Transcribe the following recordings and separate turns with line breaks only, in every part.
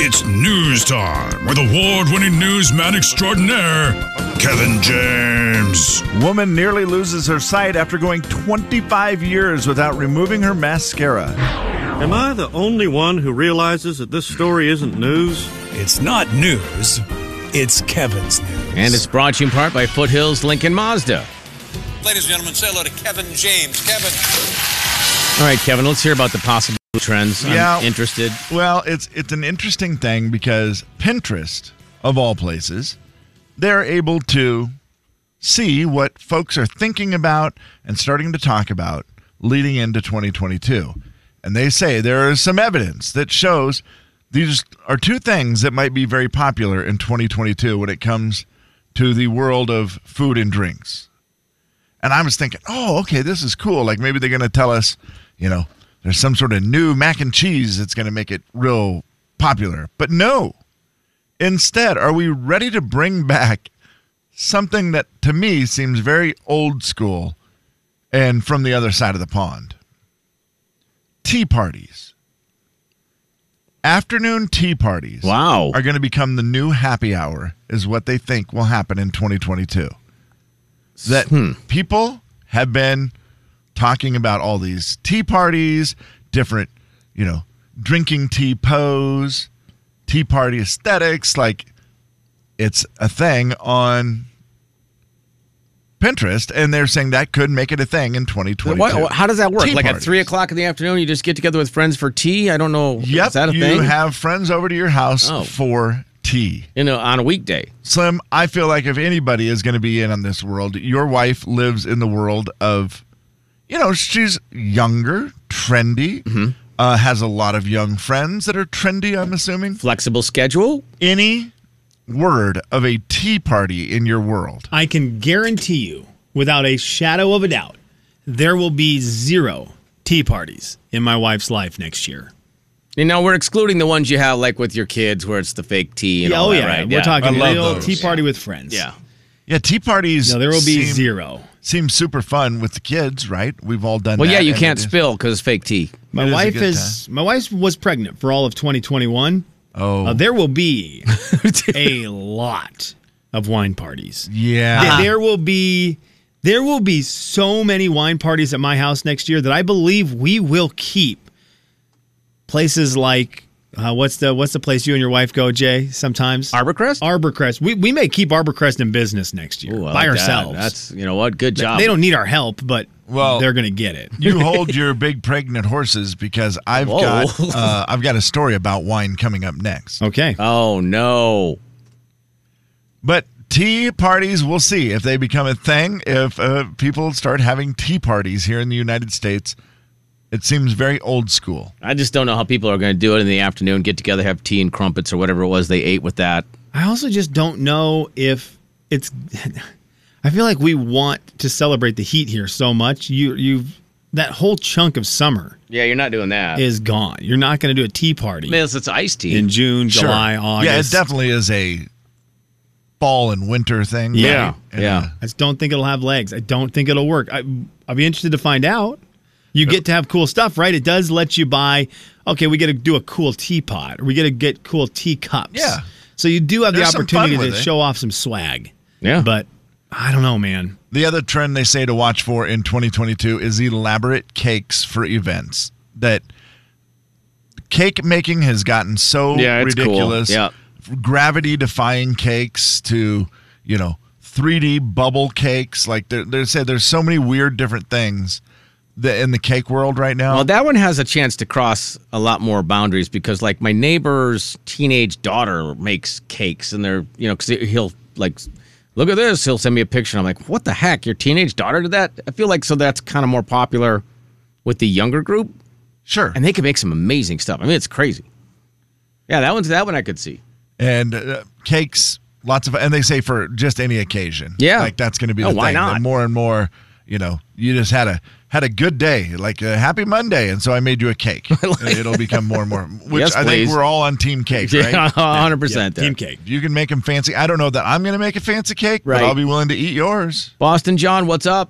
It's news time with award winning newsman extraordinaire, Kevin James.
Woman nearly loses her sight after going 25 years without removing her mascara.
Am I the only one who realizes that this story isn't news?
It's not news. It's Kevin's news.
And it's brought to you in part by Foothills Lincoln Mazda.
Ladies and gentlemen, say hello to Kevin James. Kevin.
All right, Kevin, let's hear about the possible trends.
Yeah.
I'm interested.
Well, it's it's an interesting thing because Pinterest, of all places, they're able to see what folks are thinking about and starting to talk about leading into 2022. And they say there is some evidence that shows these are two things that might be very popular in 2022 when it comes to the world of food and drinks. And I was thinking, oh, okay, this is cool. Like maybe they're going to tell us, you know, there's some sort of new mac and cheese that's going to make it real popular. But no. Instead, are we ready to bring back something that to me seems very old school and from the other side of the pond? Tea parties. Afternoon tea parties
Wow.
are going to become the new happy hour, is what they think will happen in 2022. That
Hmm.
people have been talking about all these tea parties, different, you know, drinking tea pose, tea party aesthetics. Like it's a thing on Pinterest, and they're saying that could make it a thing in 2022.
What, how does that work?
Tea
like at
parties.
3 o'clock in the afternoon, you just get together with friends for tea? I don't know.
Yep,
Is that a
you
thing?
have friends over to your house
Oh.
for tea.
you know, on a weekday.
Slim, I feel like if anybody is going to be in on this world, your wife lives in the world of, you know, she's younger, trendy,
Mm-hmm.
uh, has a lot of young friends that are trendy, I'm assuming.
Flexible schedule?
Any word of a tea party in your world?
I can guarantee you, without a shadow of a doubt, there will be zero tea parties in my wife's life next year.
You know, we're excluding the ones you have, like with your kids, where it's the fake tea and
Yeah,
all
oh
that,
yeah,
right?
we're talking
I love
real
those.
tea party with friends.
Yeah.
Yeah, tea parties.
no, there will be
seem,
zero.
Seems super fun with the kids, right? We've all done
Well,
that.
yeah, you
and
can't
it is-
spill because fake tea.
My
It is a
wife
good
is my wife was pregnant for all of 2021.
Oh,
Uh, there will be a lot of wine parties.
yeah.
Uh-huh.
Th- There will be there will be so many wine parties at my house next year that I believe we will keep places like uh, what's the what's the place you and your wife go, Jay? Sometimes
Arborcrest?
Arborcrest. We we may keep Arborcrest in business next year
Ooh, I
by
like that.
ourselves.
That's, you know what? Good job.
they don't need our help, but
Well-
they're gonna get it.
you hold your big pregnant horses because I've
Whoa.
got uh, I've got a story about wine coming up next.
Okay.
Oh, no.
But tea parties, we'll see if they become a thing. If uh, people start having tea parties here in the United States, it seems very old school.
I just don't know how people are going to do it in the afternoon, get together, have tea and crumpets or whatever it was they ate with that.
I also just don't know if it's. I feel like we want to celebrate the heat here so much. You you've that whole chunk of summer
Yeah, you're not doing that.
is gone. You're not going to do a tea party
Unless it's iced tea.
in June, July, August.
Yeah, it definitely is a fall and winter thing.
Yeah.
right? And,
Yeah.
uh,
I just don't think it'll have legs. I don't think it'll work. I, I'll be interested to find out. You get to have cool stuff, right? It does let you buy. Okay, we got to do a cool teapot, or we got to get cool teacups.
Yeah.
So you do have
There's
the
some fun
opportunity
with
to
it.
show off some swag.
Yeah.
But I don't know, man.
the other trend they say to watch for in 2022 is elaborate cakes for events. That cake making has gotten so
Yeah, it's cool.
ridiculous.
Yeah.
Gravity defying cakes to, you know, 3D bubble cakes. Like they they said, there's so many weird different things that in the cake world right now.
Well, that one has a chance to cross a lot more boundaries because, like, my neighbor's teenage daughter makes cakes, and they're, you know, because he'll, like, look at this. He'll send me a picture. And I'm like, what the heck? Your teenage daughter did that? I feel like so that's kind of more popular with the younger group,
sure.
and they can make some amazing stuff. I mean, it's crazy. Yeah, that one's that one I could see.
and uh, cakes, lots of, and they say for just any occasion.
Yeah.
like that's going to be
Oh,
the
why
thing.
not?
The more and more, you know, you just had a had a good day, like a happy Monday, and so I made you a cake. And it'll become more and more. Which
Yes,
I
please.
think we're all on team cake, right?
Yeah, 100% there.
Team cake.
You can make them fancy. I don't know that I'm going to make a fancy cake,
Right.
but I'll be willing to eat yours.
Boston John, what's up?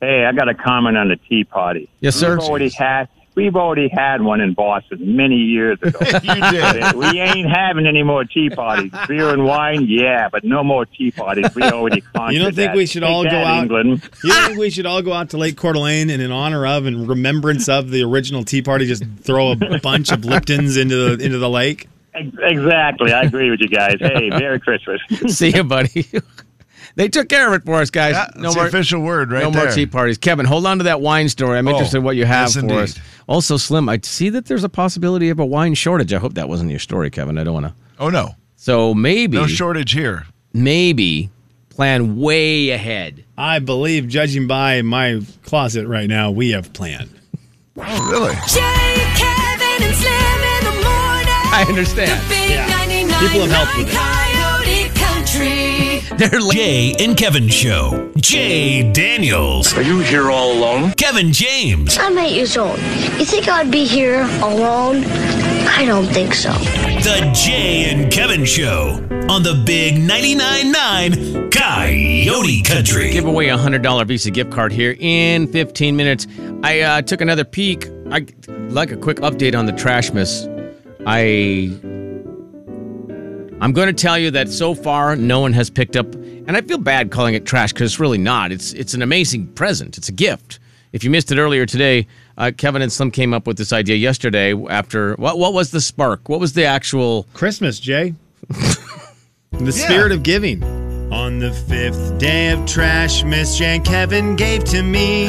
Hey, I got a comment on the tea party.
Yes, sir.
We've already had We've already had one in Boston many years ago.
you did.
we ain't having any more tea parties. Beer and wine, yeah, but no more tea parties. We already conquered
You don't think
that.
we should
Take
all go
that,
out-
England?
You don't think we should all go out to Lake Coeur d'Alene and in honor of and remembrance of the original Tea Party, just throw a bunch of Liptons into the into the lake?
Ex- Exactly. I agree with you guys. Hey, Merry Christmas.
See you, buddy. they took care of it for us, guys.
Yeah, that's the official word right
no
there.
more tea parties. Kevin, hold on to that wine story. I'm
Oh,
interested in what you have
yes,
for
indeed.
us. Also, Slim, I see that there's a possibility of a wine shortage. I hope that wasn't your story, Kevin. I don't want to.
Oh no,
So maybe,
no shortage here.
maybe plan way ahead.
I believe, judging by my closet right now, we have planned.
Oh really?
Jay, Kevin, and Slim in the morning.
I understand.
Big
Yeah.
99
People have helped with it.
Coyote Country.
They're late.
Jay and Kevin Show. Jay Daniels. Are you here all alone? Kevin James.
I'm eight years old. You think I'd be here alone? I don't think so.
The Jay and Kevin Show on the Big 99.9 9 Coyote Country.
give away a hundred dollar Visa gift card here in 15 minutes. I uh, took another peek. I like a quick update on the trash miss. I I'm going to tell you that so far no one has picked up, and I feel bad calling it trash because it's really not. It's it's an amazing present. It's a gift. If you missed it earlier today, uh, Kevin and Slim came up with this idea yesterday. After what what was the spark? What was the actual?
Christmas, Jay. the spirit of giving. On the fifth day of trash, Miss Jan Kevin gave to me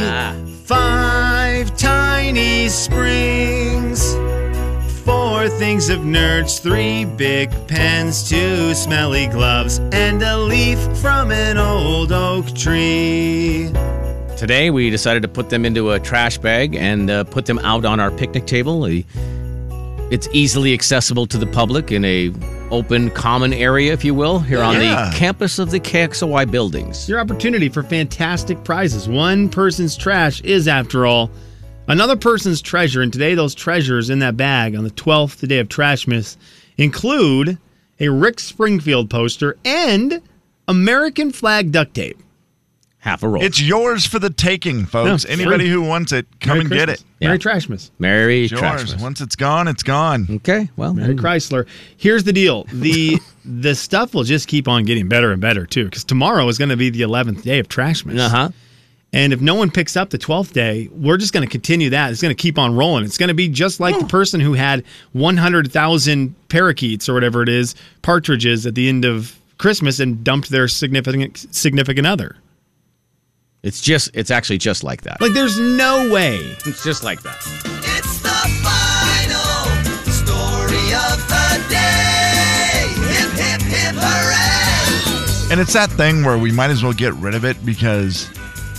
five tiny springs, four things of nerds, three big pens, two smelly gloves, and a leaf from an old oak tree.
Today, we decided to put them into a trash bag and uh, put them out on our picnic table. The- It's easily accessible to the public in a open, common area, if you will, here on
Yeah.
the campus of the KXOY buildings.
Your opportunity for fantastic prizes. One person's trash is, after all, another person's treasure. And today, those treasures in that bag on the 12th the day of Trash Miss include a Rick Springfield poster and American flag duct tape.
Half a roll.
It's yours for the taking, folks.
No,
Anybody who wants it, come
Merry
and get
Christmas.
it.
Merry
Yeah.
Trash Miss.
Merry
It's
trash.
yours.
miss.
Once it's gone, it's gone.
Okay, well,
Merry Chrysler. Here's the deal: the the stuff will just keep on getting better and better too, because tomorrow is going to be the 11th day of Trash Miss.
uh huh.
And if no one picks up the 12th day, we're just going to continue that. It's going to keep on rolling. It's going to be just like the person who had 100,000 parakeets or whatever it is, partridges at the end of Christmas and dumped their significant significant other.
It's just, it's actually just like that.
Like there's no way.
It's just like that.
It's the final story of the day. Hip, hip, hip, hooray.
And it's that thing where we might as well get rid of it because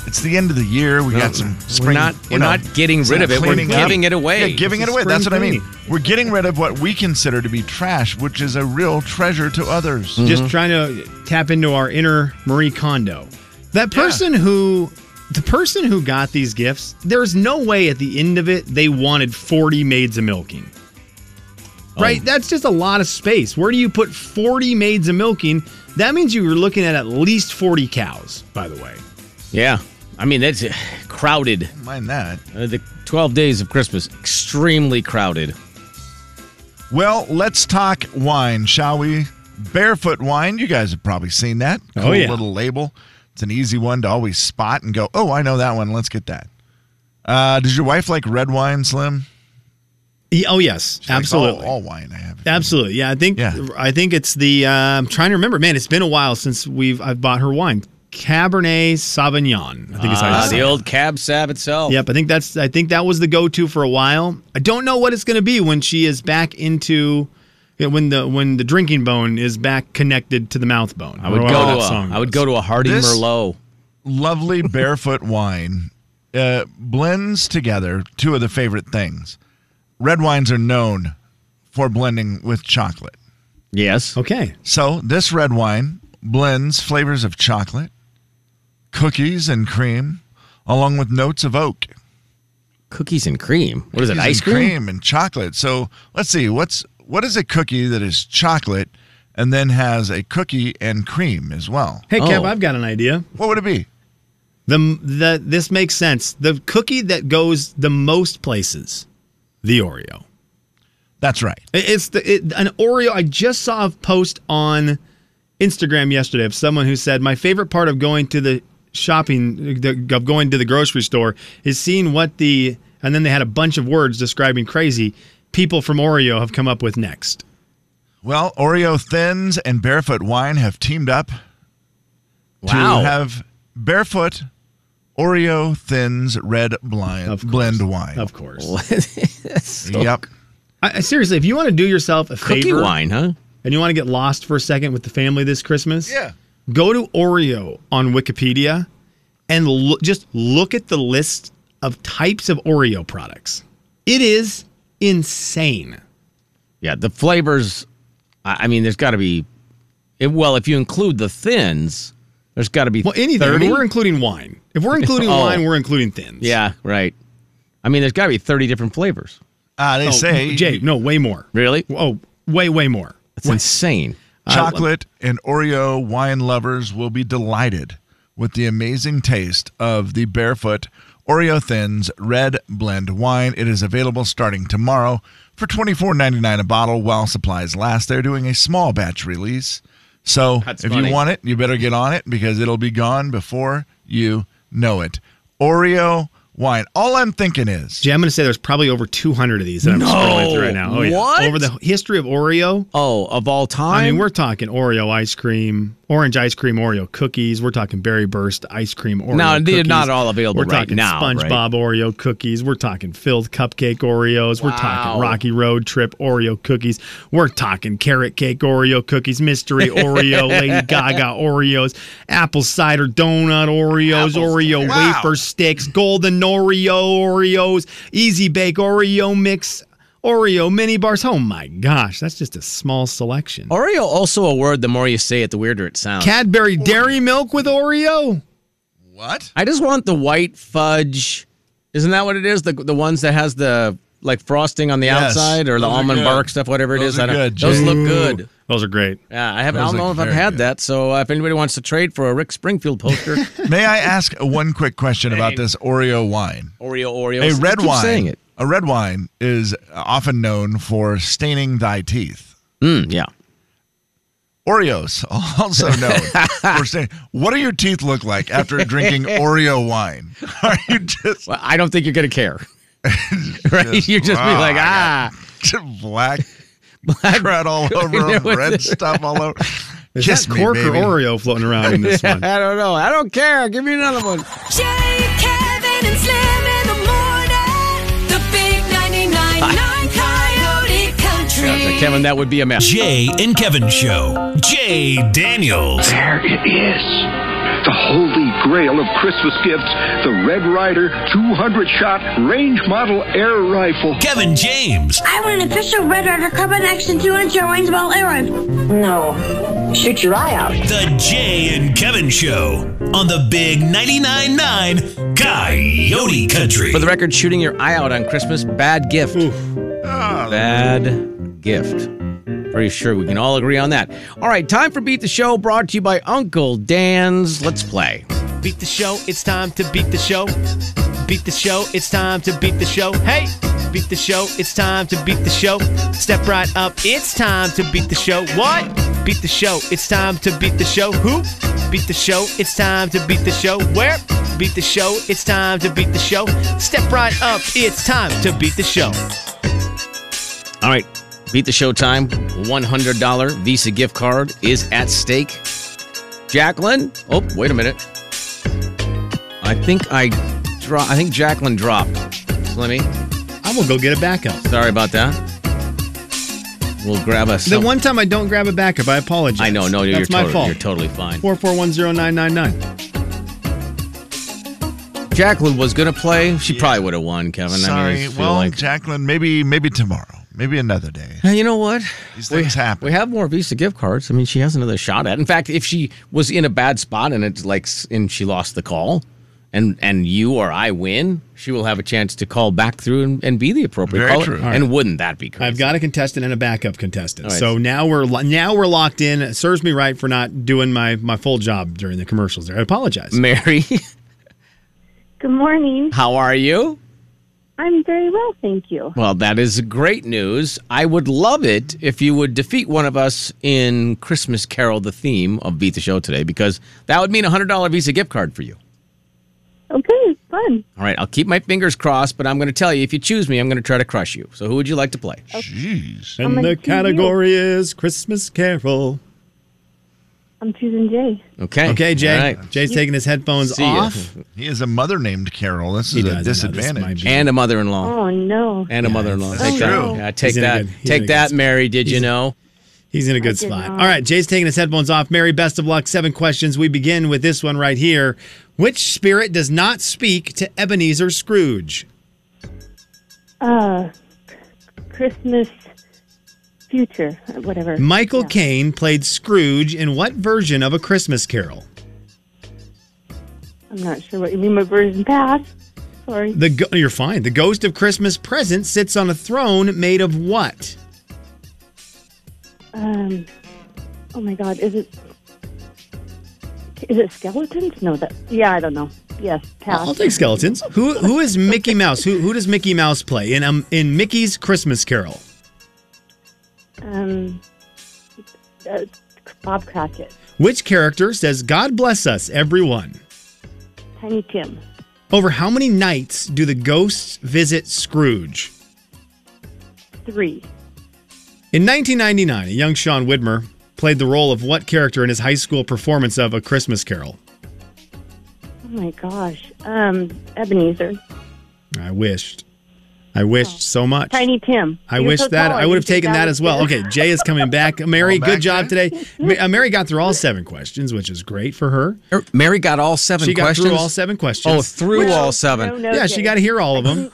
it's the end of the year. We got some spring.
we're not,
you
we're
know,
not getting rid of it. We're
cleaning up.
giving it away.
Yeah, giving
It's
it
a
away. That's what I
spring
mean. We're getting rid of what we consider to be trash, which is a real treasure to others.
Hmm.
Just trying to tap into our inner Marie Kondo. That person who the person who got these gifts, there's no way at the end of it they wanted 40 maids of milking. Right? That's just a lot of space. Where do you put 40 maids of milking? That means you were looking at at least 40 cows, by the way.
Yeah. I mean, that's uh, crowded.
Don't Mind that.
Uh, the 12 days of Christmas, extremely crowded.
Well, let's talk wine, shall we? Barefoot wine. You guys have probably seen that.
Oh,
Cool
yeah.
little label. It's an easy one to always spot and go, oh, I know that one. Let's get that. Uh, does your wife like red wine, Slim?
Ye- Oh yes,
She likes all-
absolutely.
All, wine I have.
Absolutely. Yeah, I think
Yeah.
I think it's the uh, I'm trying to remember. Man, it's been a while since we've I've bought her wine. Cabernet Sauvignon. Uh, I think it's how you
Ah,
say
the
it.
old cab sab itself.
Yep, I think that's I think that was the go-to for a while. I don't know what it's going to be when she is back into yeah, when the when the drinking bone is back connected to the mouth bone.
I would go to a, I would go to a Hardy
This-
Merlot.
lovely barefoot wine uh, blends together two of the favorite things. Red wines are known for blending with chocolate.
Yes.
Okay.
So this red wine blends flavors of chocolate, cookies, and cream, along with notes of oak.
Cookies and cream. What is it?
Cookies
Ice
and
cream?
and chocolate. So let's see what's what is a cookie that is chocolate and then has a cookie and cream as well.
Hey Kev,
Oh.
I've got an idea.
What would it be?
The the this makes sense. The cookie that goes the most places. the Oreo.
That's right.
It- It's the it, an Oreo. I just saw a post on Instagram yesterday of someone who said my favorite part of going to the shopping the, of going to the grocery store is seeing what the and then they had a bunch of words describing crazy people from Oreo have come up with next.
Well, Oreo Thins and Barefoot Wine have teamed up
Wow.
to have Barefoot Oreo Thins Red Blind
Of course.
Blend Wine.
Of course.
yep.
I, I- seriously, if you want to do yourself a
Cookie
favor
wine, huh?
and you want to get lost for a second with the family this Christmas,
Yeah.
go to Oreo on Wikipedia and lo- just look at the list of types of Oreo products. It is insane.
Yeah, the flavors. I, I mean, there's got to be. It, well, if you include the thins, there's got to be.
Well, anything. I mean,
30?
We're including wine. If we're including
Oh.
wine, we're including thins.
Yeah, right. I mean, there's got to be 30 different flavors.
Uh, they
Oh,
say
Jay, no, way more.
Really?
Oh, way, way more.
That's insane.
chocolate and Oreo wine lovers will be delighted with the amazing taste of the Barefoot Oreo Thins Red Blend Wine. It is available starting tomorrow for $24.99 a bottle while supplies last. They're doing a small batch release. So
That's
if
funny.
you want it, you better get on it because it'll be gone before you know it. Oreo wine. All I'm thinking is
Jay, I'm going to say there's probably over 200 of these that I'm scrolling through right now. Oh, yeah.
What?
Over the history of Oreo,
Oh, of all time?
I mean, we're talking Oreo ice cream, orange ice cream, Oreo cookies. We're talking berry burst ice cream, Oreo.
No, they're
cookies.
not all available
We're
right
talking
now, right?
SpongeBob Oreo cookies. We're talking filled cupcake Oreos. We're
Wow.
talking Rocky Road Trip Oreo cookies. We're talking carrot cake Oreo cookies, mystery Oreo, Lady Gaga Oreos, apple cider donut Oreos, Oreo wafer sticks, golden Oreo Oreos, easy bake Oreo mix. Oreo mini bars. Oh my gosh, that's just a small selection.
Oreo also a word. The more you say it, the weirder it sounds.
Cadbury Dairy Milk with Oreo.
what?
I just want the white fudge. Isn't that what it is? The the ones that has the like frosting on the
Yes.
outside or the
Those are
almond
good.
bark stuff, whatever it
Those
is.
are
I don't,
good,
those
Jay.
look good.
Those are great.
Yeah, I haven't. I
Those
don't know
look
if I've
very
had
good.
that. So uh, if anybody wants to trade for a Rick Springfield poster,
May I ask one quick question about this Oreo wine?
Oreo, Oreo,
a red
keep
wine.
Saying it.
A red wine is often known for staining thy teeth.
Mm, yeah.
Oreos also known for staining. What do your teeth look like after drinking Oreo wine? Are you just,
Well, I don't think you're gonna care. right? You're just be
"Wow,
like,
I
ah,
got black, crud all over 'em, red stuff all over?
Is
Kiss
that
me,
cork
baby.
or Oreo floating around in this one?
I don't know. I don't care. Give me another one.
Jay, Kevin, and Slim in the morning. The big 99.9 Coyote Country.
Yeah, Kevin, that would be a mess.
Jay and Kevin Show. Jay Daniels.
There it is. The holy grail of Christmas gifts, the Red Rider 200 shot range model air rifle.
Kevin James.
I want an official Red Rider Carbon Action 200 range ball air rifle. No. Shoot your eye out.
The Jay and Kevin Show on the Big 99.9 9 Coyote Country.
For the record, shooting your eye out on Christmas, bad gift. Bad gift. Pretty sure we can all agree on that. All right, time for Beat the Show, brought to you by Uncle Dan's. Let's play.
Beat the show, it's time to beat the show. Beat the show, it's time to beat the show. Hey! Beat the show, it's time to beat the show. Step right up, it's time to beat the show. What? Beat the show, it's time to beat the show. Who? Beat the show, it's time to beat the show. Where? Beat the show, it's time to beat the show. Step right up, it's time to beat the show.
All right, Beat the Show time. $100 Visa gift card is at stake. Jacqueline. Oh, wait a minute. I think I dro- I think Jacqueline dropped. Slimmy,
I will go get a backup.
sorry about that. We'll grab us.
The one time I don't grab a backup, I apologize.
I know, no, you're,
That's my
totally,
fault.
you're totally fine.
4410999.
Jacqueline was gonna play. She probably would have won, Kevin. I mean, I
Sorry.
just feel
Well,
like
Jacqueline, maybe maybe tomorrow, maybe another day.
Hey, you know what?
These things happen.
We have more Visa gift cards. I mean, she has another shot at. it. In fact, if she was in a bad spot and it's like, s- and she lost the call, and and you or I win, she will have a chance to call back through and, and be the appropriate
Very
caller.
true.
And wouldn't that be crazy?
I've got a contestant and a backup contestant.
All right.
So now we're lo- now we're locked in. It serves me right for not doing my my full job during the commercials there. I apologize.
Mary.
Good morning.
How are you?
I'm very well, thank you.
Well, that is great news. I would love it if you would defeat one of us in Christmas Carol, the theme of Beat the Show today, because that would mean a $100 Visa gift card for you.
Okay, Oh, fun.
All right, I'll keep my fingers crossed, but I'm going to tell you if you choose me, I'm going to try to crush you. So, who would you like to play?
Jeez.
I'm
And
gonna
the
choose
category is Christmas Carol.
I'm choosing Jay.
Okay.
Okay, Jay.
All right.
Jay's taking his headphones
See ya.
off.
He has a mother named Carol. This
He
is
does, I know,
a
this
disadvantage.
And a mother in law.
Oh no.
And a mother in law.
that's
Take
true.
that. Yeah, take
He's in a
that.
good- he's in a
take
good
that,
spot.
Mary. Did you know?
He's in a good
did
spot.
not.
All right, Jay's taking his headphones off. Mary, best of luck. Seven questions. We begin with this one right here. Which spirit does not speak to Ebenezer Scrooge?
Uh, Christmas future, whatever.
Michael Caine played Scrooge in what version of A Christmas Carol?
I'm not sure what you mean by version pass. Sorry.
The go- you're fine. The ghost of Christmas present sits on a throne made of what?
Um. Oh my God, is it? Is it skeletons? No, that. Yeah, I don't know. Yes, pass.
I'll take skeletons. Who who is Mickey Mouse? Who who does Mickey Mouse play in um in Mickey's Christmas Carol?
Um. Uh, Bob Cratchit,
Which character says "God bless us, everyone"?
Tiny Tim.
Over how many nights do the ghosts visit Scrooge?
Three.
In 1999, a young Sean Widmer played the role of what character in his high school performance of A Christmas Carol?
Oh my gosh. Um, Ebenezer.
I wished. I wished so much.
Oh. Tiny Tim.
I
You're
wish
so
that
tall,
I would have
you should
taken that as well.
downstairs.
Okay, Jay is coming back. Mary,
back,
good job
Jay?
today. Ma- uh, Mary got through all seven questions, which is great for her.
Er, Mary got all seven
She got
questions.
through all seven
Oh,
questions.
through
No,
all
no,
seven.
no,
yeah, she
Jay.
got to hear all of them.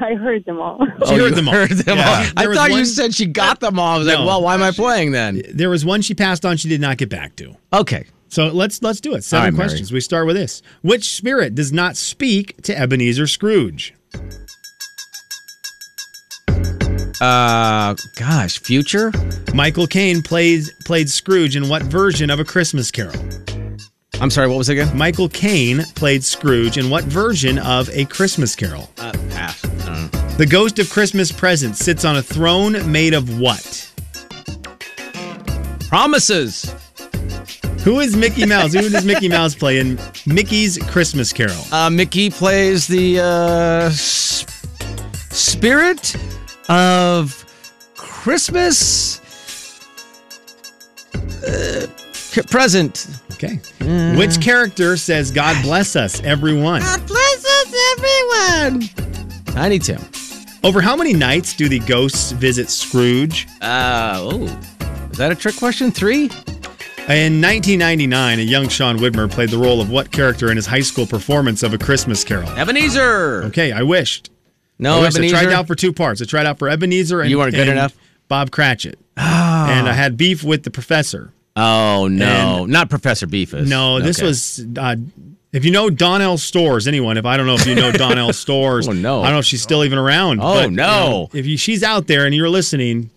I heard them all.
She
Oh,
heard
you
them all.
heard them
Yeah.
all.
There
I
was
thought you
one-
said she got them all. I was
No.
like, well, why am I playing then?
There was one she passed on. She did not get back to.
Okay.
So let's let's do it. Seven
right, Mary.
questions. We start with this. Which spirit does not speak to Ebenezer Scrooge?
Uh, gosh, future?
Michael Caine plays played Scrooge in what version of A Christmas Carol?
I'm sorry, what was it again?
Michael Caine played Scrooge in what version of A Christmas Carol?
Uh, pass. I don't know.
The ghost of Christmas present sits on a throne made of what?
Promises.
Who is Mickey Mouse? Who does Mickey Mouse play in Mickey's Christmas Carol?
Uh, Mickey plays the uh, s- spirit of Christmas uh, c- present.
Okay. Which character says God bless us, everyone?
bless us, everyone. Tiny Tim.
Over how many nights do the ghosts visit Scrooge?
Uh, oh, is that a trick question? Three?
In 1999, a young Sean Widmer played the role of what character in his high school performance of A Christmas Carol?
Ebenezer.
Okay, I wished.
No,
I wished.
Oh, Ebenezer.
I tried out for two parts. I tried out for Ebenezer and
You weren't good
and
enough?
Bob Cratchit. And I had beef with the professor.
oh no, not Professor Beefus.
No, this
Okay.
was. Uh, if you know Donnell Stores, anyone, if I don't know if you know Donnell Stores,
Oh, no.
I don't know if she's still even around.
Oh,
but, you
no.
know, if you, she's out there and you're listening,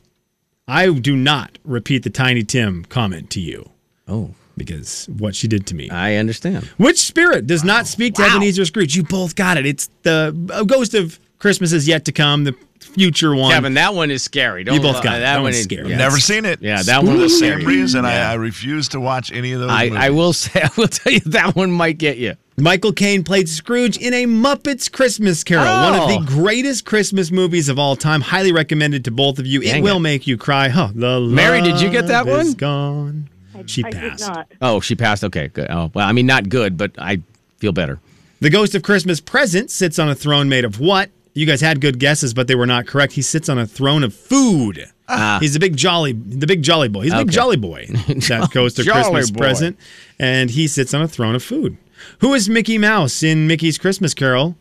I do not repeat the Tiny Tim comment to you
Oh,
because what she did to me.
I understand.
Which spirit does not speak to Ebenezer Scrooge? You both got it. It's the uh, ghost of Christmas is yet to come, the future one.
Kevin, that one is scary. Don't,
You both got it.
uh,
That
that one
one's
is
scary.
yeah.
Never seen it.
Yeah, that one was
It's
scary.
the same reason I, I refuse to watch any of those.
I,
movies.
I will say, I will tell you that one might get you.
Michael Caine played Scrooge in A Muppets Christmas Carol, one
Oh.
of the greatest Christmas movies of all time. Highly recommended to both of you.
Dang
it will
it.
make you cry. Huh, the
Mary, did you get
love
that
is
one?
Gone. She
I did
passed.
not.
Oh, she passed. Okay, good. Oh, well, I mean, not good, but I feel better.
The ghost of Christmas present sits on a throne made of what? You guys had good guesses, but they were not correct. He sits on a throne of food.
Ah.
He's a big jolly, the big jolly boy. He's a big
Okay.
jolly boy. That ghost of
Jolly
Christmas
boy.
present, and he sits on a throne of food. Who is Mickey Mouse in Mickey's Christmas Carol?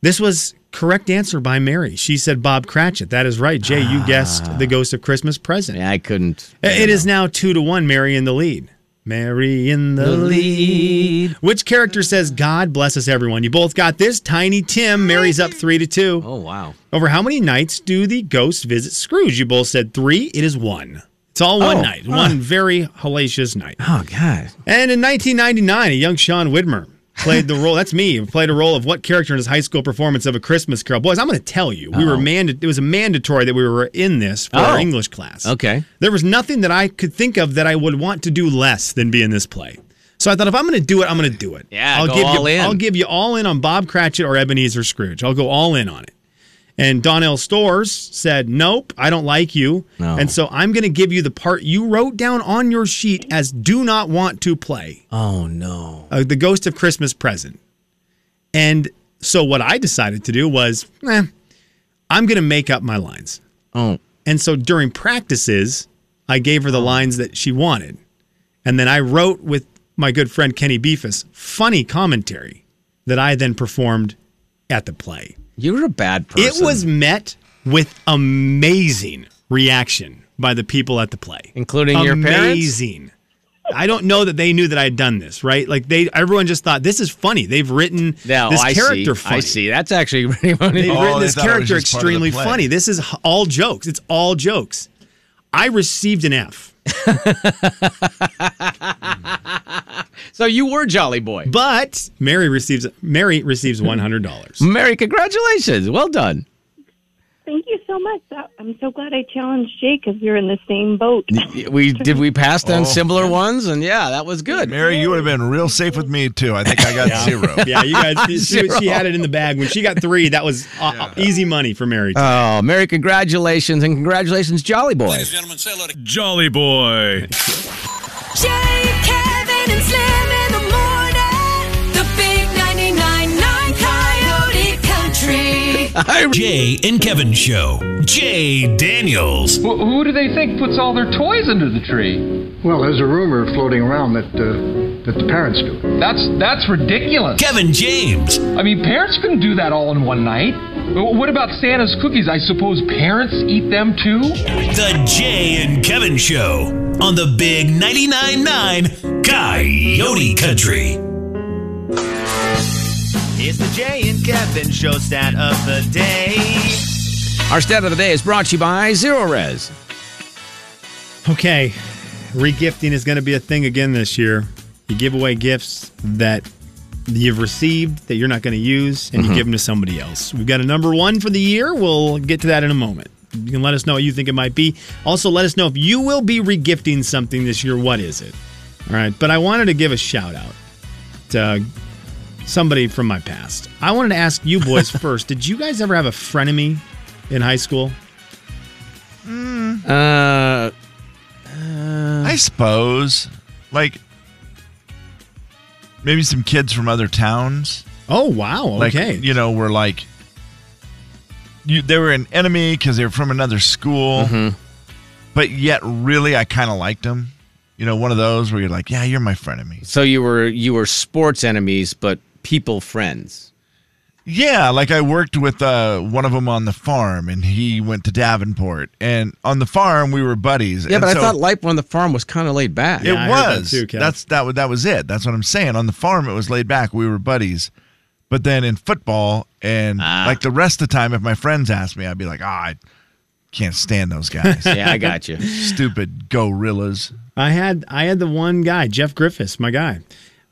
This was correct answer by Mary. She said Bob Cratchit. That is right, Jay. You guessed the ghost of Christmas present.
Yeah, I couldn't.
It is now two to one. Mary in the lead. Mary in the, lead. Which character says "God bless us, everyone"? You both got this. Tiny Tim. Mary's up three to two.
Oh wow.
Over how many nights do the ghosts visit Scrooge? You both said three. It is one. It's all one
Oh,
night.
huh.
One very hellacious night.
Oh god.
And in 1999, a young Sean Widmer played the role. That's me. Played a role of what character in his high school performance of A Christmas Carol? Boys, I'm going to tell you. We were manda- It was a mandatory that we were in this for
Oh.
our English class.
Okay.
There was nothing that I could think of that I would want to do less than be in this play. So I thought if I'm going to do it, I'm going to do it.
Yeah,
I'll
go
give
all
you
in.
I'll give you all in on Bob Cratchit or Ebenezer Scrooge. I'll go all in on it. And Donnell Stores said, "Nope, I don't like you."
No.
And so I'm going to give you the part you wrote down on your sheet as do not want to play.
Oh no.
Uh, the Ghost of Christmas Present. And so what I decided to do was, eh, I'm going to make up my lines.
Oh.
And so during practices, I gave her the lines that she wanted. And then I wrote with my good friend Kenny Beefus funny commentary that I then performed at the play.
You were a bad
It was met with amazing reaction by the people at the play,
including your
amazing.
parents?
I don't know that they knew that I had done this, right? Like they, everyone just thought this is funny. They've written
No,
this
I
character
see.
funny.
I see. That's actually pretty funny.
They've written this character extremely funny. This is h- all jokes. It's all jokes. I received an F,
So you were Jolly Boy.
but Mary receives Mary receives one hundred dollars.
Mary, congratulations. Well done.
Thank you so much. That- I'm so glad I challenged Jake because you're in the same boat.
We did we pass on
Oh.
similar ones and yeah, that was good.
Mary, you would have been real safe with me too. I think I got zero.
Yeah, you guys. she- She,
Zero.
she had it in the bag when she got three. That was uh, easy money for Mary.
Oh, Mary, congratulations and congratulations, Jolly Boy.
Gentlemen, say hello to
Jolly boy.
Jay, Kevin, and Slim in the morning. The big 99.9 Coyote Country.
Jay and Kevin Show. Jay Daniels.
who do they think puts all their toys into the tree?
Well, there's a rumor floating around that uh, that the parents do. it.
That's that's ridiculous.
Kevin James.
I mean, parents couldn't do that all in one night. W- What about Santa's cookies? I suppose parents eat them too.
The Jay and Kevin Show on the Big 99.9 Coyote Country.
It's the Jay and Kevin show stat of the day.
Our stat of the day is brought to you by Zero Res.
Okay, regifting is going to be a thing again this year. You give away gifts that you've received that you're not going to use, and
Mhm.
you give them to somebody else. We've got a number one for the year. We'll get to that in a moment. You can let us know what you think it might be. Also, let us know if you will be regifting something this year. What is it? All right, but I wanted to give a shout out to somebody from my past. I wanted to ask you boys first. Did you guys ever have a frenemy in high school?
Uh,
I suppose, like maybe some kids from other towns.
Oh wow! okay.
like, you know, were like you. They were an enemy because they were from another school,
Mm-hmm.
but yet really, I kind of liked them. You know, one of those where you're like, yeah, you're my frenemy.
So you were you were sports enemies, but people friends.
Yeah, like I worked with uh, one of them on the farm, and he went to Davenport, and on the farm we were buddies.
Yeah,
and
but I
so-
thought life on the farm was kind of laid back.
it was. That's that. wa- That was it. That's what I'm saying. On the farm, it was laid back. We were buddies. But then in football, and
Ah.
like the rest of the time, if my friends asked me, I'd be like, "Ah, I can't stand those guys."
Yeah, I got you.
Stupid gorillas.
I had I had the one guy, Jeff Griffiths, my guy.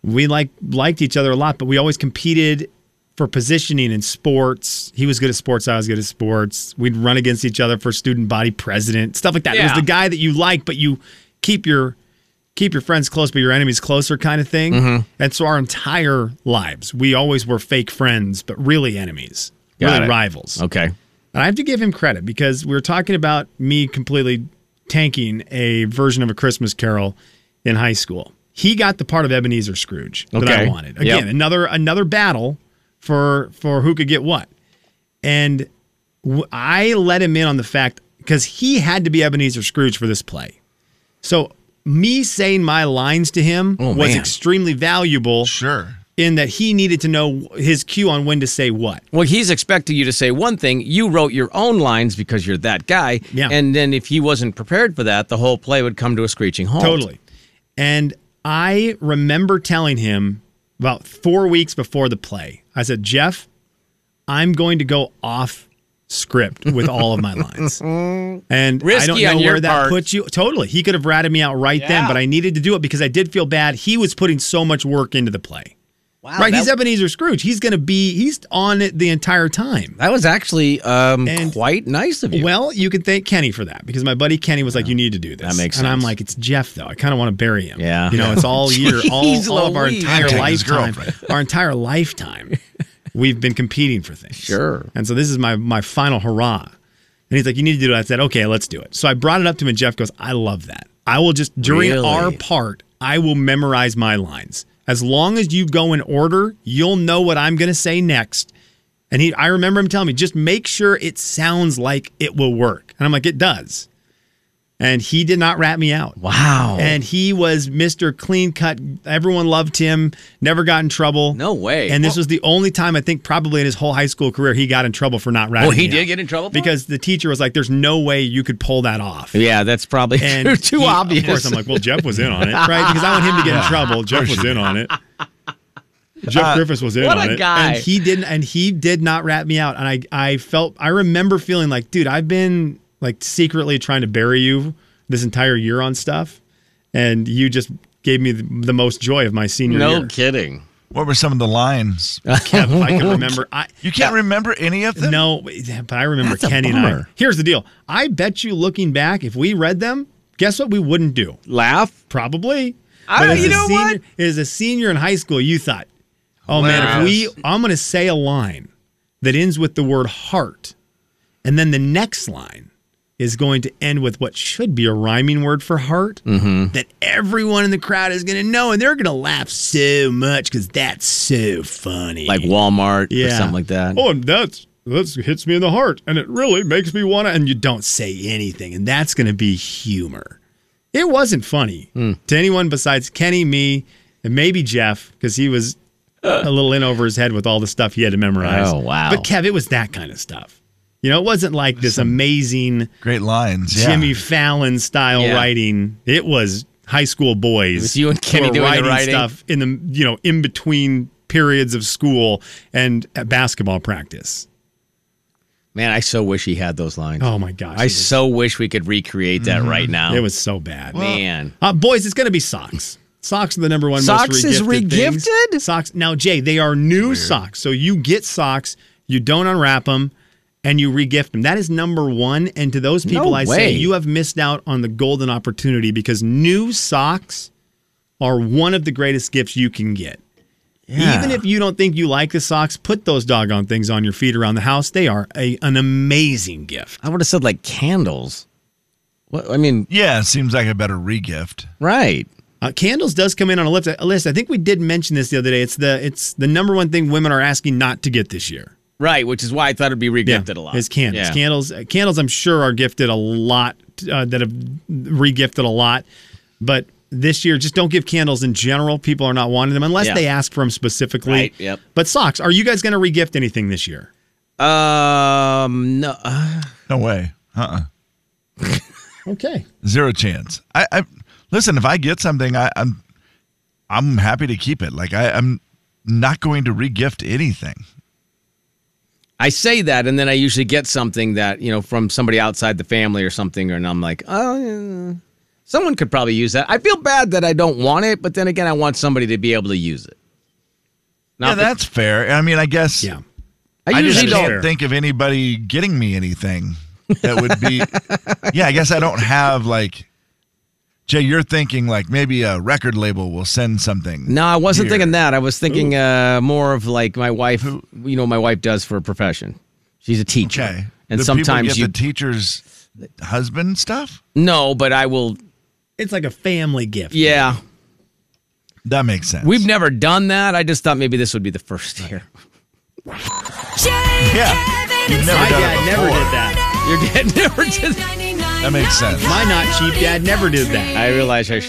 We like liked each other a lot, but we always competed for positioning in sports. He was good at sports, I was good at sports. We'd run against each other for student body president, stuff like that. It was
Yeah.
the guy that you like, but you keep your keep your friends close, but your enemies closer kind of thing.
Mm-hmm.
Mhm.
And so our entire lives, we always were fake friends, but really enemies.
Got
really
it.
rivals.
Okay.
And I have to give him credit because we were talking about me completely tanking a version of a Christmas Carol in high school. He got the part of Ebenezer Scrooge that I
Okay.
wanted. Again,
Yep.
another another battle for for who could get what. And w- I let him in on the fact because he had to be Ebenezer Scrooge for this play. So me saying my lines to him
Oh,
was
man.
extremely valuable. Sure. In that he needed to know his cue on when to say what.
Well, he's expecting you to say one thing. You wrote your own lines because you're that guy. Yeah. And then if he wasn't prepared for that, the whole play would come to a screeching halt.
Totally. And I remember telling him about four weeks before the play, I said, Jeff, I'm going to go off script with all of my lines. And I don't
Risky
know
on your
where that
part.
puts you. Totally. He could have ratted me out right then,
Yeah.
but I needed to do it because I did feel bad. He was putting so much work into the play.
Wow,
right,
Oh, that-
he's Ebenezer Scrooge. He's going to be he's on it the entire time.
That was actually um, quite nice of you.
Well, you can thank Kenny for that because my buddy Kenny was like, "You need to do this."
That makes
And I'm
sense.
like, "It's Jeff though. I kind of want to bury him."
Yeah.
you know, it's all year, all,
Jeez
all of our
Louise.
entire
I'm taking his
lifetime,
girlfriend.
our entire lifetime, we've been competing for things. Sure. And so this is my my final hurrah. And he's like, "You need to do it." I said, "Okay, let's do it." So I brought it up to him, and Jeff goes, "I love that. I will just during
Really?
our part, I will memorize my lines. As long as you go in order, you'll know what I'm going to say next." And he, I remember him telling me, just make sure it sounds like it will work. And I'm like, it does. And he did not rat me out.
Wow.
And he was Mr. Clean Cut. Everyone loved him, never got in trouble. No
way.
And this was the only time I think probably in his whole high school career he got in trouble for not ratting
oh, he
me
did
out.
get in trouble. for it?
Uh-huh. Because the teacher was like, there's no way you could pull that off.
yeah, that's probably
And
too, too
he-
obvious.
Of course, I'm like, well, Jeff was in on it, right? Because I want him to get in
Yeah.
trouble. Jeff was in on it. Jeff
Uh,
Griffiths was in
what
on
a
it,
guy.
and he didn't. And he did not rat me out. And I, I felt, I remember feeling like, dude, I've been like secretly trying to bury you this entire year on stuff, and you just gave me the, the most joy of my senior year.
kidding.
What were some of the lines?
Kev, if I can remember, I
you can't remember any of them.
No, but I remember
That's a
Kenny and I.
bummer.
Here's the deal. I bet you, looking back, if we read them, guess what we wouldn't do?
Laugh?
Probably.
I don't-
as
you
a
know
senior,
what?
As a senior in high school, you thought, oh man, if we,
Hilarious.
I'm going to say a line that ends with the word heart, and then the next line is going to end with what should be a rhyming word for heart
Mhm.
that everyone in the crowd is going to know, and they're going to laugh so much because that's so funny.
like Walmart or
Yeah.
something like that.
Oh, and that's that's hits me in the heart, and it really makes me want to. And you don't say anything, and that's going to be humor. It wasn't funny
Hmm.
to anyone besides Kenny, me, and maybe Jeff because he was a little in over his head with all the stuff he had to memorize.
Oh, wow.
But Kev, it was that kind of stuff. You know, it wasn't like this amazing,
great lines, yeah.
Jimmy Fallon style
Yeah.
writing. It was high school boys.
It was you and Kenny
who were
doing the
writing
writing.
stuff in the you know in between periods of school and at basketball practice.
Man, I so wish he had those lines.
Oh my gosh,
I
it was-
so wish we could recreate that right now.
It was so bad,
Man.
Uh, boys, it's gonna be socks. Socks are the number one.
Socks
most
is
regifted things. Socks. Now, Jay, they are new socks. So you get socks, you don't unwrap them, and you regift them. That is number one. And to those
No
people, I say
way.
you have missed out on the golden opportunity because new socks are one of the greatest gifts you can get.
Yeah.
Even if you don't think you like the socks, put those doggone things on your feet around the house. They are a, an amazing gift.
I would have said like candles. What I mean,
yeah, seems like a better regift.
Right.
Uh, candles does come in on a list. A list. I think we did mention this the other day. It's the it's the number one thing women are asking not to get this year.
Right, which is why I thought it'd be regifted a lot.
Is candles.
Yeah.
Candles. uh, Candles. I'm sure are gifted a lot. Uh, that have regifted a lot, but this year just don't give candles in general. People are not wanting them unless
Yeah.
they ask for them specifically.
Right, yep.
But socks. Are you guys going to regift anything this year?
Um, no.
No way. Uh. uh
Okay.
Zero chance. I, I listen. If I get something, I, I'm I'm happy to keep it. Like I, I'm not going to regift anything.
I say that, and then I usually get something that you know from somebody outside the family or something, and I'm like, oh, yeah. someone could probably use that. I feel bad that I don't want it, but then again, I want somebody to be able to use it.
yeah, that's fair. I mean, I guess.
Yeah.
I
I,
usually
just
don't-
can't think of anybody getting me anything that would be. yeah, I guess I don't have like. Jay, you're thinking like maybe a record label will send something.
No, I wasn't
Here.
thinking that. I was thinking uh, more of like my wife. You know, my wife does for a profession. She's a teacher,
Okay.
and
Do people
sometimes
get
you
the teacher's husband stuff.
no, but I will.
It's like a family gift.
Yeah,
that makes sense.
We've never done that. I just thought maybe this would be the first year.
Yeah.
You've
never My done it dad never before. did that.
Your dad never did that.
That makes sense.
My not cheap dad never did that.
I realize I should